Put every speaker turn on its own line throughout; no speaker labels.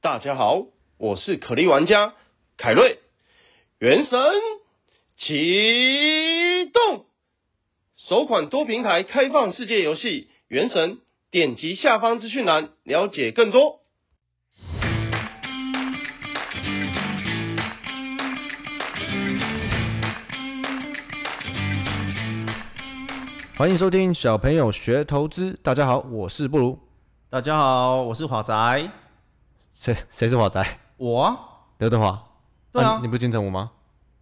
大家好，我是可莉玩家凯瑞。原神启动，首款多平台开放世界游戏《原神》，点击下方资讯栏了解更多。
欢迎收听小朋友学投资。大家好，我是布鲁。
大家好，我是华仔，
谁谁是华仔？
我啊
刘德华。
对啊
你不是金城武吗？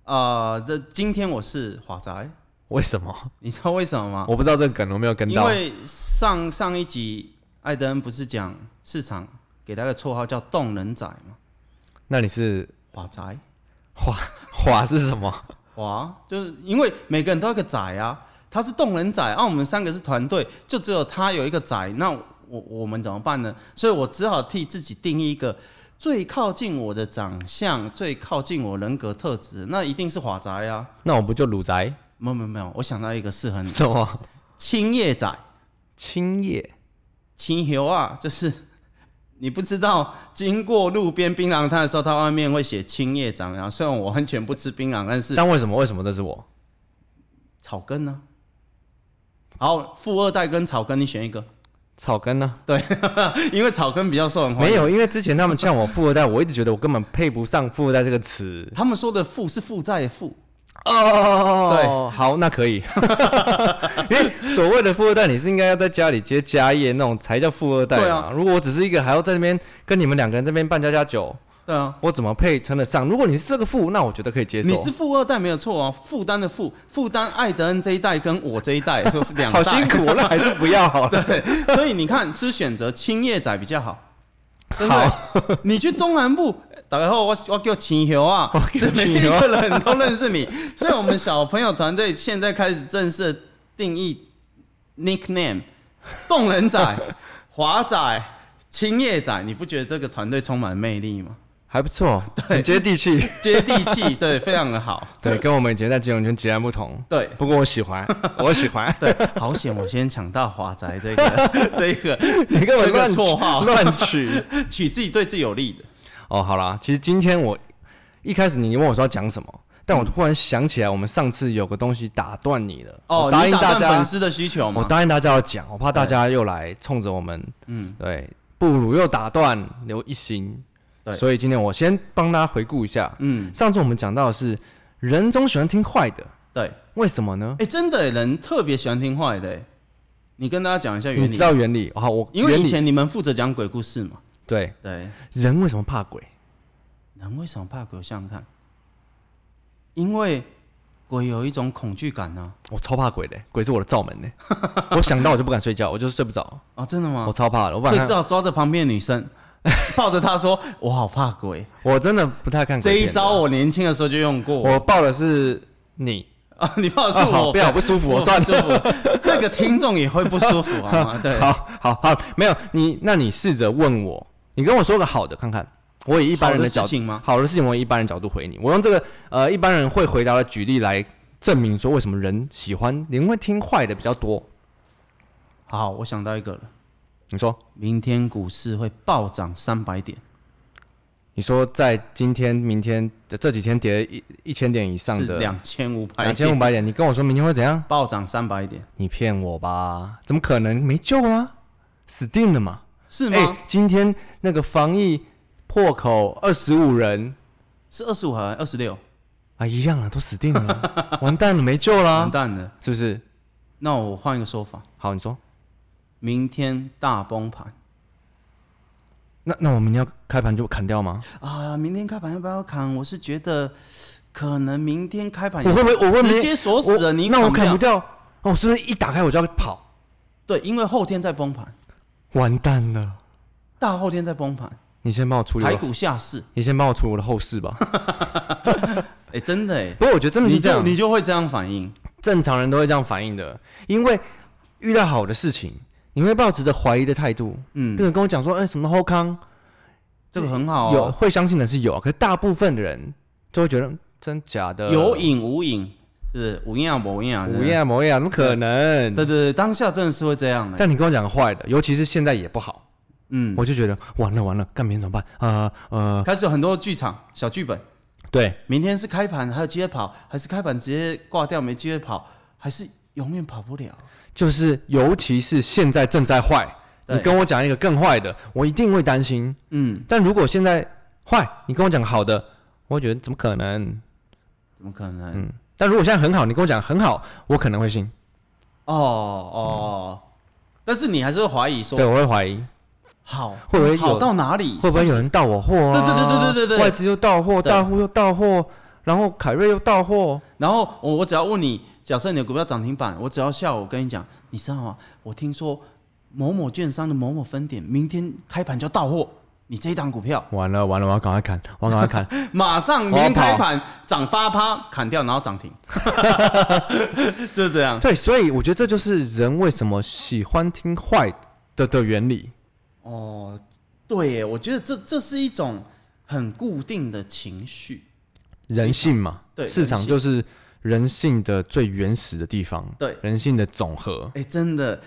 啊，这今天我是华仔，
为什么？
你知道为什么吗？
我不知道这个梗，我没有跟
啊因
到。
为上上一集艾德恩不是讲市场给他个绰号叫“动能仔”吗？
那你是
华仔，
华华是什 么？
哇，就是因为每个人都有一个仔啊，他是动能仔，啊，我们三个是团队，就只有他有一个仔，那我我们怎么办呢？所以我只好替自己定义一个最靠近我的长相、最靠近我人格特质，那一定是华仔啊。
那我不就鲁宅？
没有没有没有，我想到一个适合你，
什么？
青叶仔，
青叶？
青油啊，就是 你不知道经过路边槟榔摊的时候，它外面会写青叶仔，然后虽然我完全不吃槟榔，但是
但为什么？为什么这是我？
草根呢、好，富二代跟草根你选一个，
草根呢？
对， 因为草根比较受人欢迎。
没有，因为之前他们呛我富二代，我一直觉得我根本配不上富二代这个词。
他们说的富是负债的负，
哦，对，好，那可 以。因为所谓的富二代，你是应该要在家里接家业那种才叫富二代
对
嘛。
啊
如果我只是一个还要在那边跟你们两个人这边办家家酒，
对啊。
我怎么配称得上？如果你是这个富，那我觉得可以接受。
你是富二代没有错啊，负担的负，负担艾德恩这一代跟我这一代 两代，
好辛苦，啊那还是不要好了。
对，所以你看是选择青叶仔比较好，对不对
好？
你去中南部，大家好，我我叫青油啊，
我叫青
每一
油啊
个人都认识你， 所以我们小朋友团队现在开始正式地定义 nickname，动人仔、 华仔、青叶仔，你不觉得这个团队充满魅力吗？
还不错，很接地气。
接 地气，对，非常的好。
对，跟我们以前在金融圈截然不同。
对
不过我喜欢，我喜欢。
对，好险！我先抢到华仔这 个这个，
你根本
这个
乱取
绰号
乱取，
取自己对自己有利的。
哦，好啦，其实今天我一开始你问我说要讲什么，
嗯
但我突然想起来，我们上次有个东西打断你了。
哦
我答应
你打
大
断
家
粉丝的需求吗
我答应大家要讲，我怕大家又来冲着我们，
嗯，
对，不如又打断刘一心。
对
所以今天我先帮大家回顾一下。
嗯
上次我们讲到的是人中喜欢听坏的，
对。
为什么呢
哎、？真的耶，人特别喜欢听坏的耶。欸你跟大家讲一下原理。
你知道原理？好、我
因为
原
以
理
前你们负责讲鬼故事嘛。
对
对。
人为什么怕鬼？
人为什么怕鬼？我想想看。因为鬼有一种恐惧感啊呢、
我超怕鬼的，鬼是我的罩门 呢。我想到我就不敢睡觉，我就是睡不着。
哦，真的吗？
我超怕的，我晚
所以只
上
好抓着旁边的女生， 抱着她说：“我好怕鬼。
我真的不太”看
这
鬼片
一
的
招我年轻的时候就用过。
我抱的是你，
啊，你抱的是
啊好
我，
不要不舒服我
不
算了
舒服。这个听众也会不舒服好 吗？对。
好好好，没有你，那你试着问我，你跟我说个好的看看，我以一般人角
好的事情吗
好的事情我以一般人角度回你，我用这个呃一般人会回答的举例来证明说为什么人喜欢人会听坏的比较多。
好，我想到一个了，
你说，
明天股市会暴涨三百点。
你说在今天、明天这几天跌了一一千点以上
是
的
两千五百，
两千五百点，你跟我说明天会怎样？
暴涨三百点，
你骗我吧？怎么可能？没救了、啊，死定了嘛！
是
哎
吗？
今天那个防疫破口二十五人，
是二十五还二十六？
啊，一样啊，都死定 了，完蛋了，没救了啊，
完蛋了。
是不是？
那我换一个说法，
好，你说，
明天大崩盘
那那我明天要开盘就砍掉吗？
啊！明天开盘要不要砍？我是觉得可能明天开
我
盘
会不会我会没
哎直接锁死
我
了？你
那我砍不
不
掉，那我是不是一打开我就要跑？
对，因为后天再崩盘，
完蛋了！
大后天再崩盘，
你先帮我处理我
排
的，
骨 下市。
你先帮我处理我的后事吧。
哎、真的哎、
不过我觉得真的是
你
这
就
样，
你就会这样反应。
正常人都会这样反应的，因为遇到好的事情，你会抱持着怀疑的态度。
嗯
有人跟我讲说，哎、什么后康，
这个很好
有
哦
会相信的是有啊，可是大部分的人就会觉得嗯真假的，
呃有影无影，是不是无影无影啊？
无呀某呀，怎么可能？
对对对，当下真的是会这样、欸。
但你跟我讲个坏的，尤其是现在也不好，
嗯，
我就觉得完了完了，干明天怎么办？呃呃，
开始有很多剧场小剧本，
对，
明天是开盘还有机会跑，还是开盘直接挂掉没机会跑，还是永远跑不了？
就是尤其是现在正在坏，你
对
跟我讲一个更坏的，我一定会担心。
嗯，
但如果现在坏，你跟我讲好的，我会觉得怎么可能？
怎么可能？
嗯，但如果现在很好，你跟我讲很好，我可能会信，
哦哦，但是你还是会怀疑说
对，，我会怀疑
好，
会不会有
好到哪里？
会不会有人盗我货啊？
对对对对对对对
外资又到货，
对
大户又到货，然后凯瑞又到货，
然后我我只要问你，假设你的股票涨停板，我只要下午跟你讲，你知道吗？我听说某某券商的某某分点明天开盘就要到货，你这一档股票
完了完了，我要赶快 砍，我要赶快砍，
马上明天开盘涨八趴，砍掉然后 涨停，就是这样。
对，所以我觉得这就是人为什么喜欢听坏的的原理。
哦，对耶，我觉得这这是一种很固定的情绪。
人性嘛，
对
市场就是人性的最原始的地方，
对
人性的总和，
哎，真的，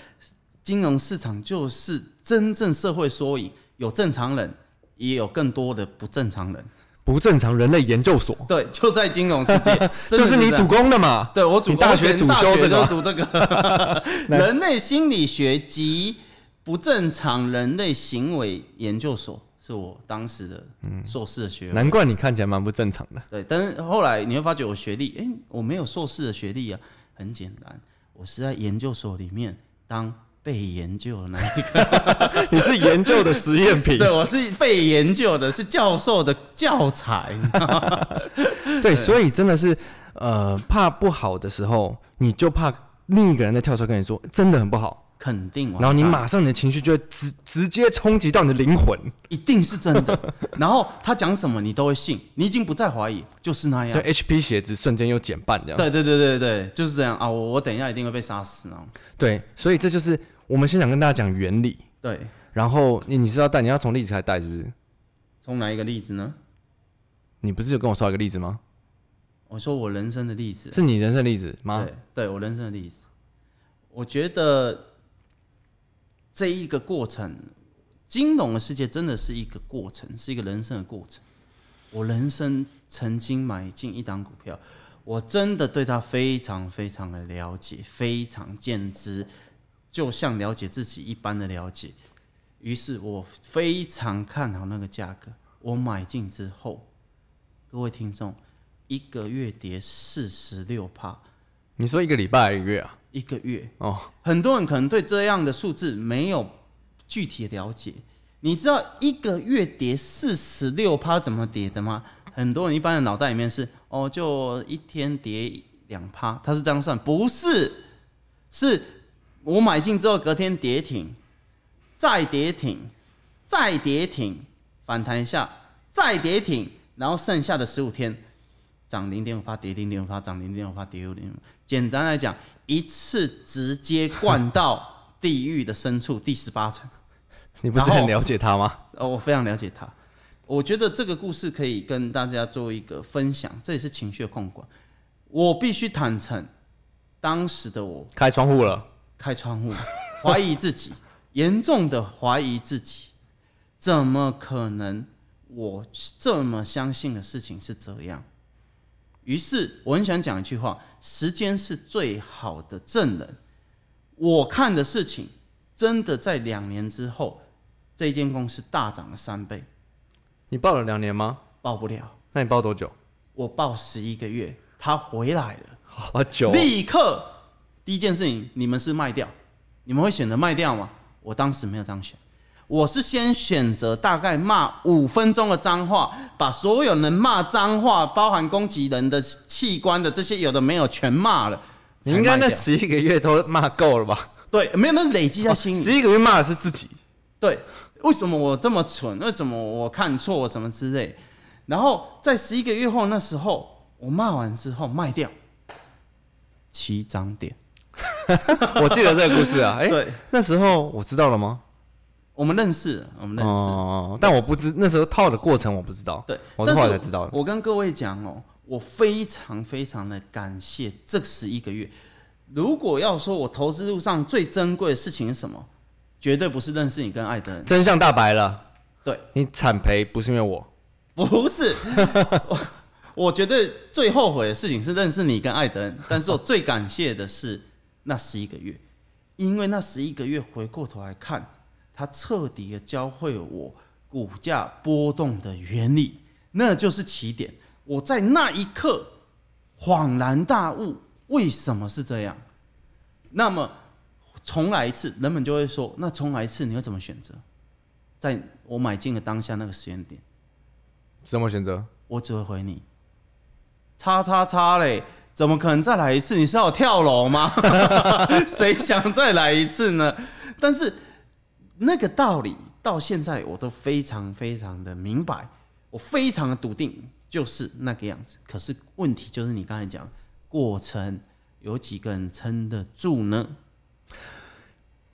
金融市场就是真正社会缩影，有正常人，也有更多的不正常人。
不正常人类研究所，，
对，就在金融世 界
就是你主
主，
攻的嘛，
对我主
你
攻
大学主修这
我以
个
前大
嘛
学就读 这个 人类心理学及不正常人类行为研究所，是我当时的硕士的学
嗯
位。
难怪你看起来蛮不正常的，
对，但是后来你会发觉我学历，哎、我没有硕士的学历啊，很简单，我是在研究所里面当被研究的那一个。
你是研究的实验品，
对，我是被研究的，是教授的教 材。你知道吗
对，所以真的是，呃，怕不好的时候，你就怕另一个人在跳出来跟你说，真的很不好，
肯定完蛋，
然后你马上你的情绪就会直直接冲击到你的灵魂，
一定是真的。然后他讲什么你都会信，你已经不再怀疑，就是那
就
样。
HP 血值瞬间又减半这样。
哎对对对对对，就是这样啊！我我等一下一定会被杀死啊！
对，所以这就是我们先想跟大家讲原理，
对，
然后你你知道带你要从例子开始带是不是？
从哪一个例子呢？
你不是有跟我说一个例子吗？
我说我人生的例子，
是你人生例子吗
对？，对我人生的例子，我觉得这一个过程，金融的世界真的是一个过程，是一个人生的过程。我人生曾经买进一档股票，我真的对它非常非常的了解，非常见知，就像了解自己一般的了解。于是我非常看好那个价格，我买进之后，各位听众，一个月跌四十六趴，
你说一个礼拜还是一个月啊？
一个月，
哦，
很多人可能对这样的数字没有具体的了解。你知道一个月跌四十六趴怎么跌的吗？很多人一般的脑袋里面是哦，就一天跌两趴，他是这样算，不是，是我买进之后隔天跌停，再跌停，再跌停，反弹一下，再跌停，然后剩下的十五天涨零点五趴，跌零点五趴，涨零点五趴，跌零点五。简单来讲，一次直接灌到地狱的深处第十八层。
你不是
然后
很了解他吗？
呃，我非常了解他。我觉得这个故事可以跟大家做一个分享，这也是情绪的控管。我必须坦诚，当时的我
开窗户了，
开窗户，怀疑自己，严重的怀疑自己，怎么可能我这么相信的事情是这样？于是我很想讲一句话：时间是最好的证人。我看的事情真的在两年之后，这间公司大涨了三倍，
你报了两年吗？
报不了，
那你报多久？
我报十一个月，它回来了。
好久哦、
立刻第一件事情，你们是卖掉，你们会选择卖掉吗？我当时没有这样选，我是先选择大概骂五分钟的脏话，把所有能骂脏话，包含攻击人的器官的这些有的没有全骂了。
你应该那
才卖掉
十一个月都骂够了吧？哦
对，没有那累积在心里。
十一个月骂的是自 己，
对，为什么我这么蠢？为什么我看错什么之类？然后在十一个月后那时候，我骂完之后卖掉，起涨点。
我记得这个故事啊。哎、
对
那时候我知道了吗？
我们认识，我们认识。
哦，但我不知那时候套的过程我不知道，
对，
我是
但
后来才知道的。
我跟各位讲哦，我非常非常的感谢这十一个月。如果要说我投资路上最珍贵的事情是什么，绝对不是认识你跟爱的人。
真相大白了，
对，
你惨赔不是因为我，
不是，我我觉得最后悔的事情是认识你跟艾德恩，但是我最感谢的是那十一个月，因为那十一个月回过头来看，它彻底的教会我股价波动的原理，那就是起点。我在那一刻恍然大悟，为什么是这样？那么重来一次，人们就会说，那重来一次你会怎么选择？在我买进的当下那个时间点。
什么选择？
我只会回你，叉叉叉嘞，怎么可能再来一次？你是要我跳楼吗？ 谁想再来一次呢？但是那个道理到现在我都非常非常的明白，我非常的笃定就是那个样子。可是问题就是你刚才讲过程，有几个人撑得住呢？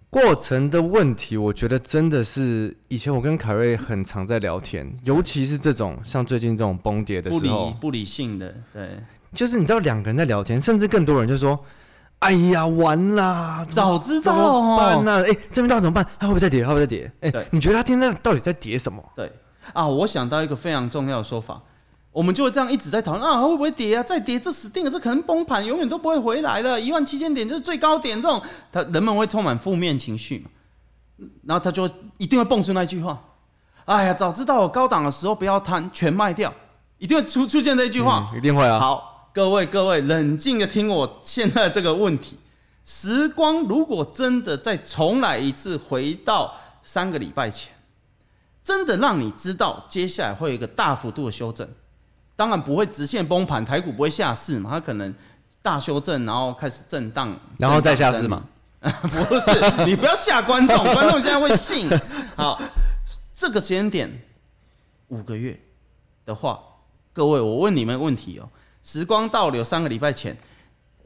过程的问题，我觉得真的是以前我跟凯瑞很常在聊天，尤其是这种像最近这种崩跌的
不
时
理
候，
不理性的，对，
就是你知道两个人在聊天，甚至更多人就说：“哎呀，完啦，怎么
早知道
怎么办
哦
呢、哎、这边到底怎么办？它会不会再跌？它会不会再跌？哎、
对
你觉得它今天到底在跌什么？
对啊，我想到一个非常重要的说法，我们就会这样一直在讨论啊，会不会跌啊？再跌这死定了，这可能崩盘，永远都不会回来了，一万七千点就是最高点，这种他人们会充满负面情绪嘛，嗯然后他就一定会蹦出那句话，哎呀，早知道我高档的时候不要贪，全卖掉，一定会出出现这句话。
嗯一定会啊。，
好，各位各位，冷静的听我现在这个问题。时光如果真的再重来一次，回到三个礼拜前，真的让你知道接下来会有一个大幅度的修正，当然不会直线崩盘，台股不会下市嘛，它可能大修正，然后开始震荡，
然后再下市
震荡
嘛
整理？ 不是，你不要吓观众，观众现在会信。好，这个时间点五个月的话，各位，我问你们问题哦，时光倒流三个礼拜前，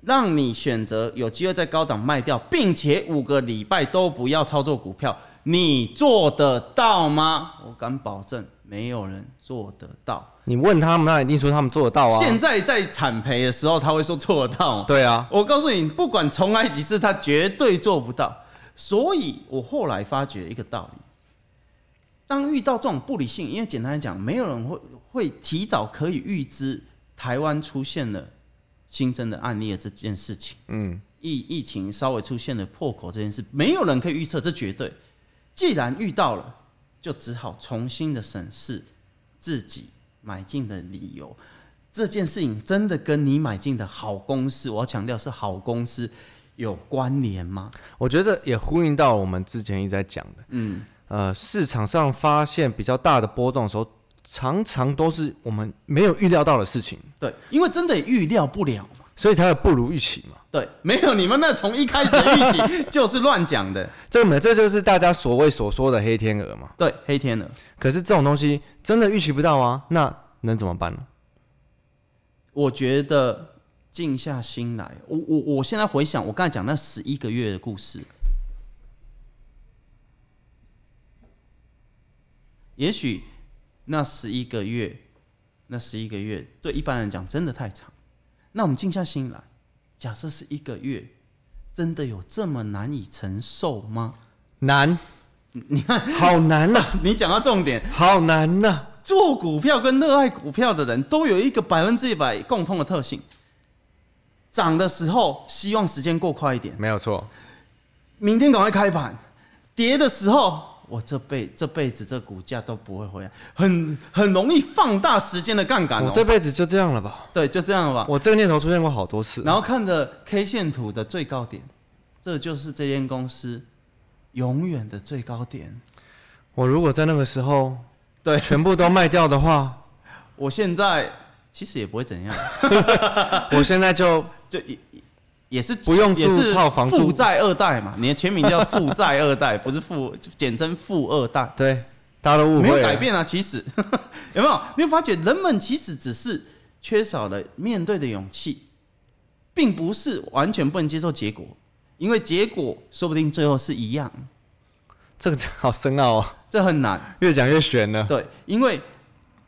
让你选择有机会在高档卖掉，并且五个礼拜都不要操作股票，你做得到吗？我敢保证，没有人做得到。
你问他们，他一定说他们做得到啊。
现在在产培的时候，他会说做得到吗？
对啊，
我告诉你，不管重来几次，他绝对做不到。所以我后来发觉一个道理：当遇到这种不理性，因为简单来讲，没有人会会提早可以预知台湾出现了新增的案例的这件事情。
嗯，
疫疫情稍微出现了破口这件事，没有人可以预测，这绝对。既然遇到了，就只好重新的审视自己买进的理由。这件事情真的跟你买进的好公司，我要强调是好公司有关联吗？
我觉得这也呼应到我们之前一直在讲的，
嗯，
呃，市场上发现比较大的波动的时候，常常都是我们没有预料到的事情，
对，因为真的也预料不了嘛。
所以才会不如预期嘛。
对，没有你们那从一开始的预期就是乱讲的。
这个没，这就是大家所谓所说的黑天鹅嘛。
对，黑天鹅，
可是这种东西真的预期不到啊，那能怎么办呢？
我觉得静下心来，我我我现在回想我刚才讲那十一个月的故事，也许那十一个月，那十一个月对一般人讲真的太长。那我们静下心来，假设是一个月，真的有这么难以承受吗？
难，
你看，
好难呐、
你讲到重点，
好难呐、
做股票跟热爱股票的人都有一个百分之一百共通的特性：涨的时候希望时间过快一点，
没有错，
明天赶快开盘；跌的时候，我这辈这辈子这股价都不会回来，很很容易放大时间的杠杆、哦。
我这辈子就这样了吧。
对，就这样了吧。
我这个念头出现过好多次，
然后看着 K 线图的最高点，这就是这间公司永远的最高点。
我如果在那个时候
对，
全部都卖掉的 话，
我现在其实也不会怎样。
我现在就
就也也是
不用住
也是
套房住
负债二 代嘛，你的全名叫负债二代，不是富，简称富二代，
对大家都误
没
会了
有改变啊，其实 有没有？你会发觉人们其实只是缺少了面对的勇气，并不是完全不能接受结果，因为结果说不定最后是一样，
这个好深奥哦，
这很难。
越讲越悬了。，
对，因为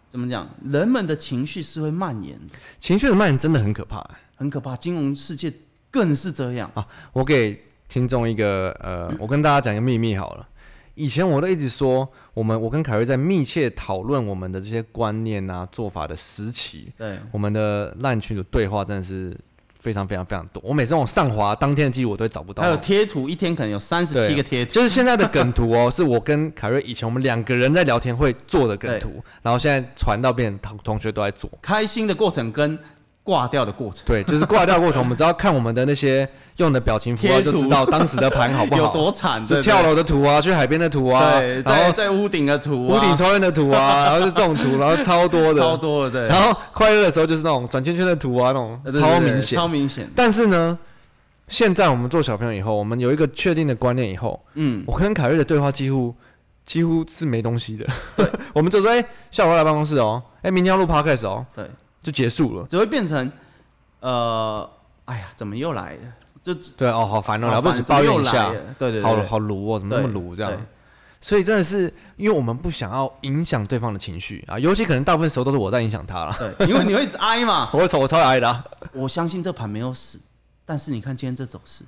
怎么讲，人们的情绪是会蔓延的，
情绪的蔓延真的很可怕、哎
很可怕，金融世界更是这样。
啊！我给听众一个 呃，我跟大家讲一个秘密好了。以前我都一直说，我们我跟凯瑞在密切讨论我们的这些观念啊、做法的时期，
对，
我们的烂群组对话真的是非常非常非常多。我每次我上滑当天的记录我都会找不到。啊
还有贴图，一天可能有三十七
对啊
个贴图，
就是现在的梗图哦， 是我跟凯瑞以前我们两个人在聊天会做的梗图，然后现在传到变成同同学都在做。
开心的过程跟挂掉的过程，
对，就是挂掉过程，我们只要看我们的那些用的表情符号
贴
就
图
知道当时的盘好不好，
有多惨对
就
不对
跳楼的图啊，去海边的图啊，
对，
然
在
后
在屋顶的图、啊，
屋顶抽烟的图 啊，然后就这种图，然后超多的，
超多的对
然后快乐的时候就是那种转圈圈的图啊，那种
对对对
超明显，
超明显
但是呢，现在我们做小朋友以后，我们有一个确定的观念以后，
嗯
我跟凯瑞的对话几乎几乎是没东西的。 我们就说，哎、下午要来办公室哦，哎、明天要录 podcast 哦，
对，
就结束了。
只会变成呃，哎呀，怎么又来了？就
对哦，好烦哦，
好
了不
烦
起
怎么
抱
又
怨一
来
下
了，对对对
好
对
好鲁哦，怎么那么
对
鲁这样
对？
所以真的是，因为我们不想要影响对方的情绪啊，尤其可能大部分时候都是我在影响他了。
对，因为你会一直挨嘛。
我超我超爱的啊、
我相信这盘没有死，但是你看今天这走势，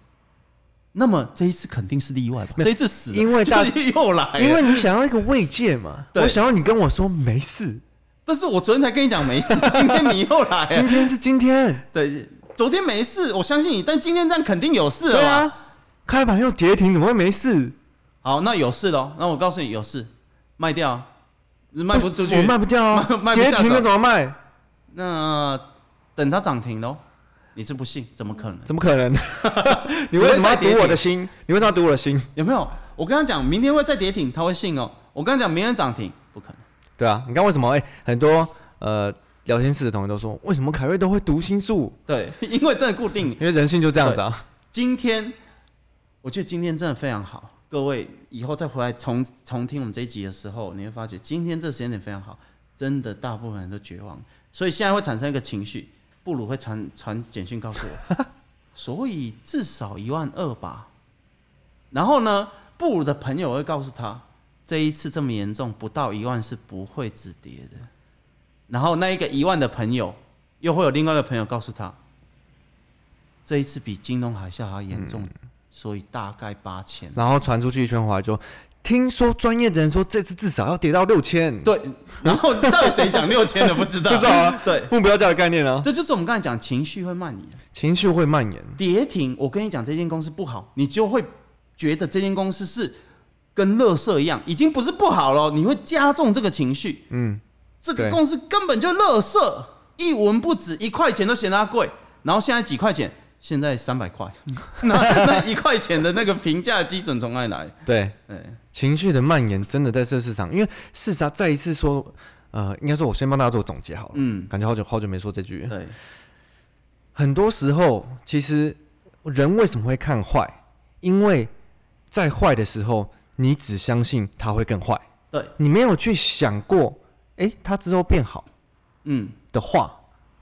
那么这一次肯定是例外吧？
没有
这一次死了，
因为大
就是又来了，
因为你想要一个慰藉嘛，
哎对
我想要你跟我说没事，
但是我昨天才跟你讲没 事，今天你又来了，
今天是今天，
对，昨天没事，我相信你，但今天这样肯定有事了
对
吧？
啊，开盘又跌停，怎么会没事？
好，那有事喽，那我告诉你有事，卖掉，卖不出去，
我卖不掉啊，
卖卖不
跌
下手
停了怎么卖？
那等它涨停喽，你是不信，怎么可能？
怎么 可能？你为什么要 赌我的心？你为什么要赌我的心？
有没有？我跟他讲，明天会再跌停，他会信哦。我跟他讲，明天涨停，不可能。
对啊，你看为什么？哎、很多呃聊天室的同学都说，为什么凯瑞都会读心术？
对，因为真的固定
因为人性就这样子啊。
对今天，我觉得今天真的非常好。各位以后再回来重重听我们这一集的时候，你会发觉今天这个时间点非常好，真的大部分人都绝望，所以现在会产生一个情绪，布鲁会传传简讯告诉我， 所以至少一万二吧。然后呢，布鲁的朋友会告诉他，这一次这么严重，不到一万是不会止跌的。然后那一个一万的朋友，又会有另外一个朋友告诉他，这一次比金融海啸还要严重，所以大概八千。
然后传出去一圈话就，听说专业的人说这次至少要跌到六千。
对，然后到底谁讲六千的不知道？
不知道啊
对，
目标价的概念啊，
这就是我们刚才讲情绪会蔓延。
情绪会蔓延。
跌停，我跟你讲这间公司不好，你就会觉得这间公司是跟垃圾一样，已经不是不好了，你会加重这个情绪。
嗯，
这个
对
公司根本就垃圾，一文不值，一块钱都嫌它贵。然后现在几块钱，现在三百块， 那那一块钱的那个评价基准从哪里来？哎
对，
对
情绪的蔓延真的在这市场，因为市场再一次说，呃，应该说我先帮大家做总结好了。
嗯
感觉好久好久没说这句。
对
很多时候，其实人为什么会看坏？因为在坏的时候，你只相信它会更坏，
对，
你没有去想过，诶，它之后变好
嗯
的话，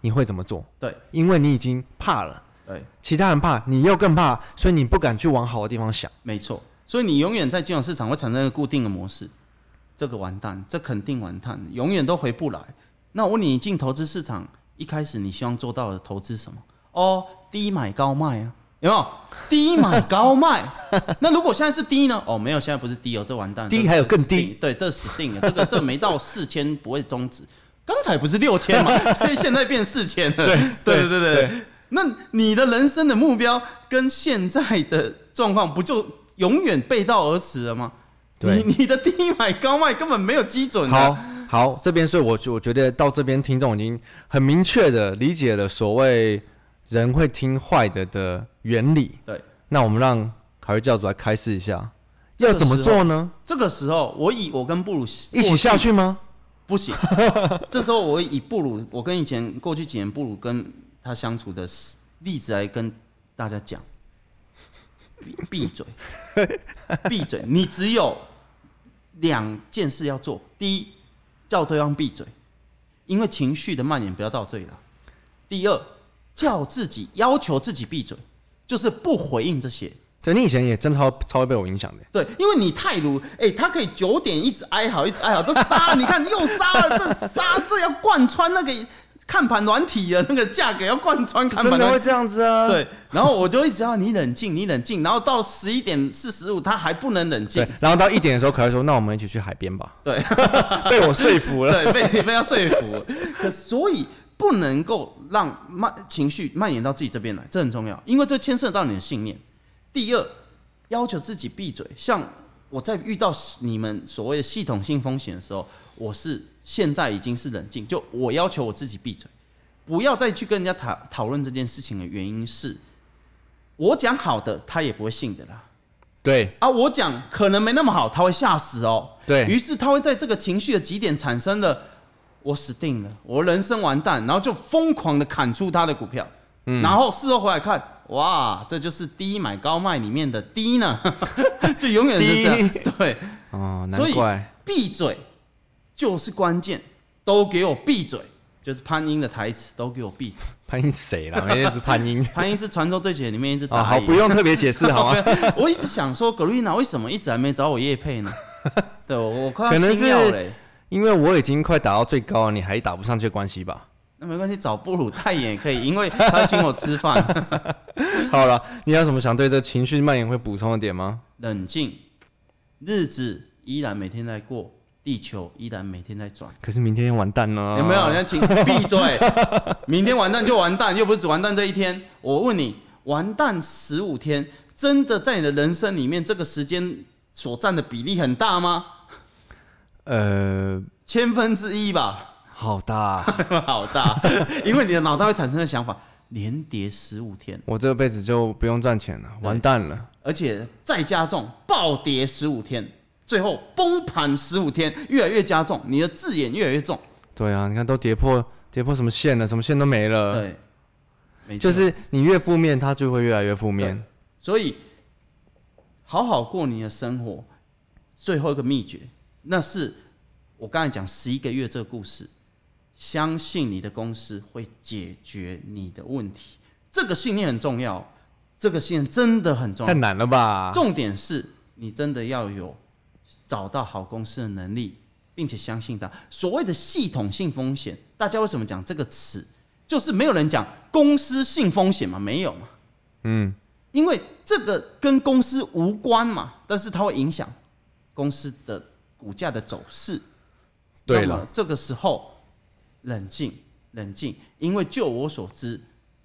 你会怎么做？
对
因为你已经怕了，
对，
其他人怕，你又更怕，所以你不敢去往好的地方想。
没错。所以你永远在金融市场会产生一个固定的模式，这个完蛋，这肯定完蛋，永远都回不来。那我问你，你进投资市场一开始你希望做到的投资是什么？哦，低买高卖啊，有 没有？低买高卖。那如果现在是低呢？哦，没有，现在不是低哦，这完蛋。
低
这
还有更
这死定
低
对，这死定了，这个这没到四千不会终止。刚才不是六 千嘛，所以现在变四千了。
对
对对对
对
对。那你的人生的目标跟现在的状况不就永远背道而驰了吗？
对
你你的低买高卖根本没有基准、
好
啊。
好，这边是我我觉得到这边听众已经很明确的理解了所谓人会听坏的的原理。
对，
那我们让凯瑞教主来开示一下，
这
要
个
怎么
时候
做呢？
这个时候我以我跟布鲁
一起下去吗？
不行，这时候我会以布鲁，我跟以前过去几年布鲁跟他相处的例子来跟大家讲，闭闭嘴，闭嘴，你只有两件事要做，第一，叫对方闭嘴，因为情绪的蔓延不要到这里了。第二，叫自己要求自己闭嘴，就是不回应这些。
对你以前也真超超会被我影响的，
对，因为你太鲁，哎、他可以九 点一直哀嚎，一直哀嚎，这杀了，你看又杀了，这杀这要贯穿那个看盘软体啊，那个价格要贯穿看
真
盘
的会
软
这样子啊？
对，然后我就一直要你冷静，你冷静，然后到十一点四十五他还不能冷静
对，，然后到一点的时候，可爱说：“那我们一起去海边吧。
对，”
被我说服了。
对，被被他说服。 可所以不能够让蔓情绪蔓延到自己这边来，这很重要，因为这牵涉到你的信念。第二，要求自己闭嘴。像我在遇到你们所谓的系统性风险的时候，我是现在已经是冷静，就我要求我自己闭嘴，不要再去跟人家讨讨论这件事情的原因是，我讲好的他也不会信的啦。
对
啊，我讲可能没那么好，他会吓死哦。
对
于是他会在这个情绪的极点产生了，我死定了，我人生完蛋，然后就疯狂的砍出他的股票，
嗯
然后事后回来看，哇，这就是低买高卖里面的低呢， 就永远是这样
低，
对，
哦难
所以
怪
闭嘴就是关键，都给我闭嘴，就是潘英的台词，都给我 闭嘴。
潘英谁啦？每天是潘英。
潘英是传说对决里面一直打、
啊，好，不用特别解释好 吗？
我一直想说，Garena 为什么一直还没找我叶配 呢？对，我我快
可
要
能
心要
是
嘞。
因为我已经快打到最高了，你还打不上去的关系 吧？
那没关系，找布鲁代言也可以，因为他要请我吃饭。
好了，你有什么想对这情绪蔓延会补充的点吗？
冷静，日子依然每天在过，地球依然每天在转。
可是明天完蛋了。
有没有？人家请闭嘴，明天完蛋就完蛋，又不是只完蛋这一天。我问你，完蛋十五天，真的在你的人生里面，这个时间所占的比例很大吗？
呃，
千分之一吧。
好大，啊
好大， 因为你的脑袋会产生的想法，连跌十五天，
我这辈子就不用赚钱了，完蛋了。
而且再加重，暴跌十五天，最后崩盘十五天，越来越加重，你的字眼越来越重。
对啊，你看都跌破跌破什么线了，什么线都没了。，
对，没错
呃就是你越负面，它就会越来越负
对
面。
所以好好过你的生活，最后一个秘诀，那是我刚才讲十一个月这个故事，相信你的公司会解决你的问题，这个信念很重要，这个信念真的很重要
太。难了吧？
重点是你真的要有找到好公司的能力，并且相信它。所谓的系统性风险，大家为什么讲这个词？就是没有人讲公司性风险嘛，没有嘛，
嗯，
因为这个跟公司无关嘛，但是它会影响公司的股价的走势。
对
那
了
么，这个时候冷静，冷静，因为就我所知，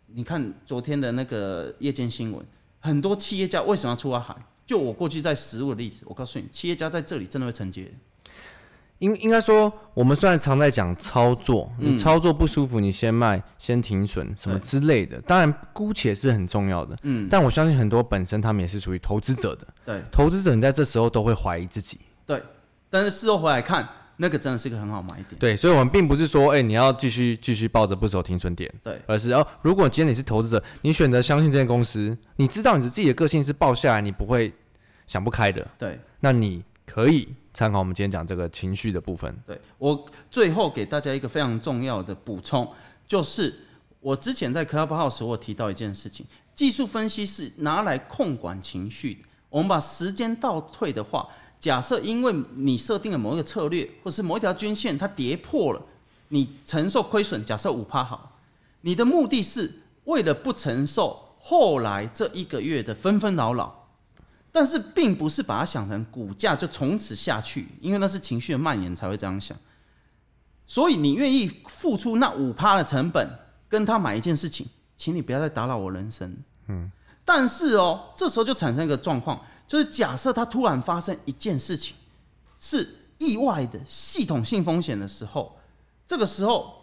你看昨天的那个夜间新闻，很多企业家为什么要出来啊喊？就我过去在实物的例子，我告诉你，企业家在这里真的会承接。
应应该说，我们虽然常在讲操作，
嗯
你操作不舒服，你先卖，先停损什么
对
之类的，当然姑且是很重要的。
嗯，
但我相信很多本身他们也是属于投资者的，
对
投资者你在这时候都会怀疑自己。
对，但是事后回来看，那个真的是一个很好买点。
对，所以我们并不是说，哎、你要继续继续抱着不守停损点，
对
而是哦，如果今天你是投资者，你选择相信这间公司，你知道你自己的个性是抱下来你不会想不开的，
对
那你可以参考我们今天讲这个情绪的部分。
对，我最后给大家一个非常重要的补充，就是我之前在 Clubhouse 我有提到一件事情，技术分析是拿来控管情绪的。我们把时间倒退的话，假设因为你设定了某一个策略，或是某一条均线它跌破了，你承受亏损，假设五趴好，你的目的是为了不承受后来这一个月的纷纷扰扰，但是并不是把它想成股价就从此下去，因为那是情绪的蔓延才会这样想。所以你愿意付出那五趴的成本跟他买一件事情，请你不要再打扰我人生。
嗯，
但是哦，这时候就产生一个状况，就是假设它突然发生一件事情，是意外的系统性风险的时候，这个时候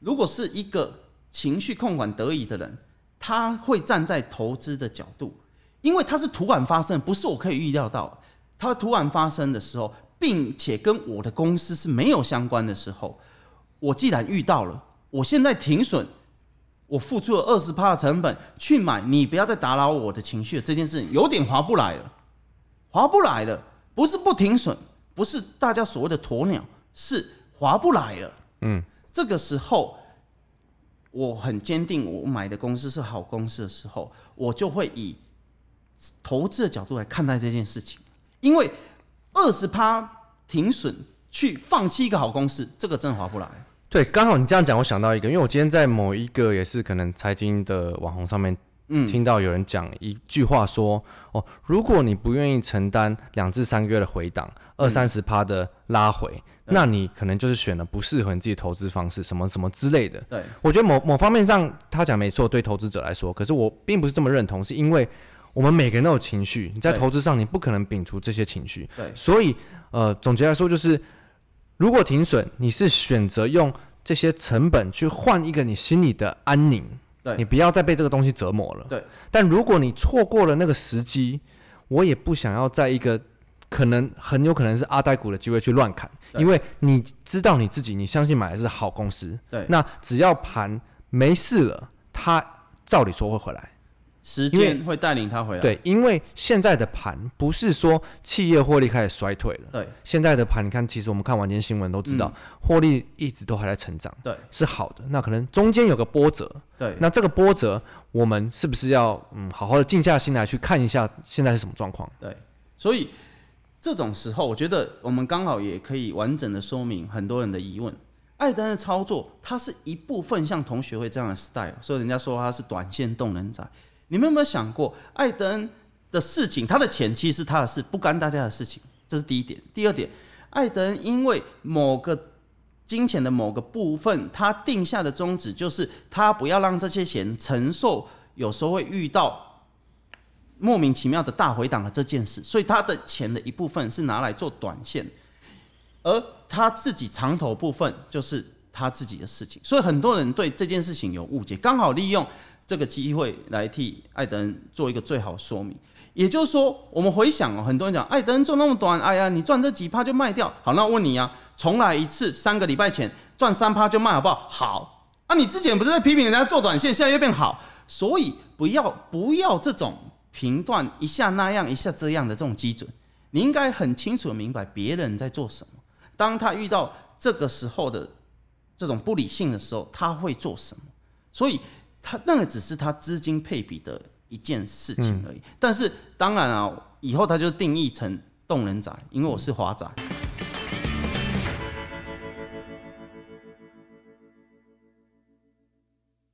如果是一个情绪控管得宜的人，他会站在投资的角度，因为它是突然发生，不是我可以预料到的，它突然发生的时候，并且跟我的公司是没有相关的时候，我既然遇到了，我现在停损，我付出了二十趴的成本去买，你不要再打扰我的情绪了，这件事情有点划不来了，划不来了，不是不停损，不是大家所谓的鸵鸟，是划不来了。
嗯，
这个时候，我很坚定我买的公司是好公司的时候，我就会以投资的角度来看待这件事情，因为二十趴停损去放弃一个好公司，这个真的划不来。
对，刚好你这样讲，我想到一个，因为我今天在某一个也是可能财经的网红上面
嗯，
听到有人讲一句话说，哦，如果你不愿意承担两至三个月的回档，二
嗯
三十趴的拉回，
对
那你可能就是选了不适合你自己投资方式，什么什么之类的。
对，
我觉得某某方面上他讲没错，对投资者来说，可是我并不是这么认同，是因为我们每个人都有情绪，你在
对
投资上你不可能摒除这些情绪，
对，
所以呃，总结来说就是，如果停损，你是选择用这些成本去换一个你心里的安宁，
对
你不要再被这个东西折磨了。
对，
但如果你错过了那个时机，我也不想要在一个可能很有可能是阿呆股的机会去乱砍，
对
因为你知道你自己，你相信买的是好公司，
对
那只要盘没事了，它照理说会回来。
时
因为
间会带领他回来。
对，因为现在的盘不是说企业获利开始衰退了，
对
现在的盘，你看，其实我们看晚间新闻都知道，获利一直都还在成长，
对
是好的。那可能中间有个波折，
对
那这个波折，我们是不是要嗯好好的静下心来去看一下现在是什么状况？
对，所以这种时候，我觉得我们刚好也可以完整的说明很多人的疑问。艾登的操作，它是一部分像同学会这样的 style，所以人家说他是短线动能仔。你们有没有想过，艾登的事情，他的前期是他的事，不干大家的事情，这是第一点。第二点，艾德恩因为某个金钱的某个部分，他定下的宗旨就是他不要让这些钱承受有时候会遇到莫名其妙的大回档的这件事，所以他的钱的一部分是拿来做短线，而他自己长头部分就是他自己的事情，所以很多人对这件事情有误解，刚好利用这个机会来替艾德恩做一个最好说明。也就是说，我们回想哦，很多人讲艾德恩做那么短，哎呀，你赚这几趴就卖掉。好，那我问你啊，重来一次，三个礼拜前赚三趴就卖好不好？好，啊，你之前不是在批评人家做短线，现在又变好，所以不要不要这种评断一下那样一下这样的这种基准，你应该很清楚地明白别人在做什么。当他遇到这个时候的这种不理性的时候，他会做什么？所以他那个只是他资金配比的一件事情而已。但是当然啊，以后他就定义成动人仔，因为我是华仔。